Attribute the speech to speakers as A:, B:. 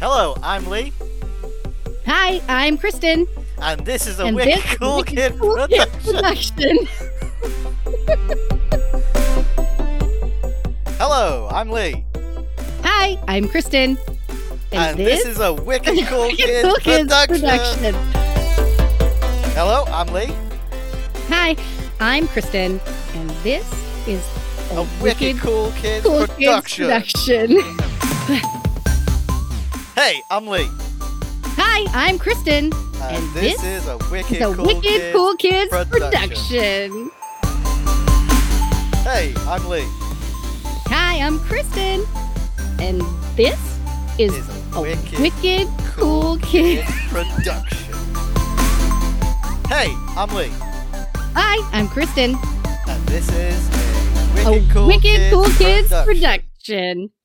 A: Hello, I'm Lee,
B: Hi, I'm Kristen.
A: and this is a
B: and
A: Wicked
B: this is
A: Cool
B: Wicked
A: Kid
B: Cool Kid
A: production.
B: production.
A: Hello, I'm Lee,
B: Hi, I'm Kristen.
A: and this is a Wicked Cool
B: Wicked
A: Kid
B: Cool Kids
A: production. Hello, I'm Lee,
B: Hi, I'm Kristen, and this is a,
A: a Wicked Cool Kid
B: Cool
A: production.
B: Kids production.
A: Hey, I'm Lee,
B: Hi, I'm Kristen.
A: and
B: And
A: this
B: this
A: is a Wicked
B: It's a
A: Cool
B: Wicked
A: Kid.
B: Cool Kids
A: production.
B: production.
A: Hey, I'm Lee.
B: Hi, I'm Kristen, and this is
A: It's a
B: a
A: Wicked
B: Wicked, Cool Kid.
A: production. Hey, I'm Lee,
B: Hi, I'm Kristen.
A: and this is a Wicked
B: a
A: Cool
B: Wicked
A: Kid
B: Cool Kids
A: production.
B: production.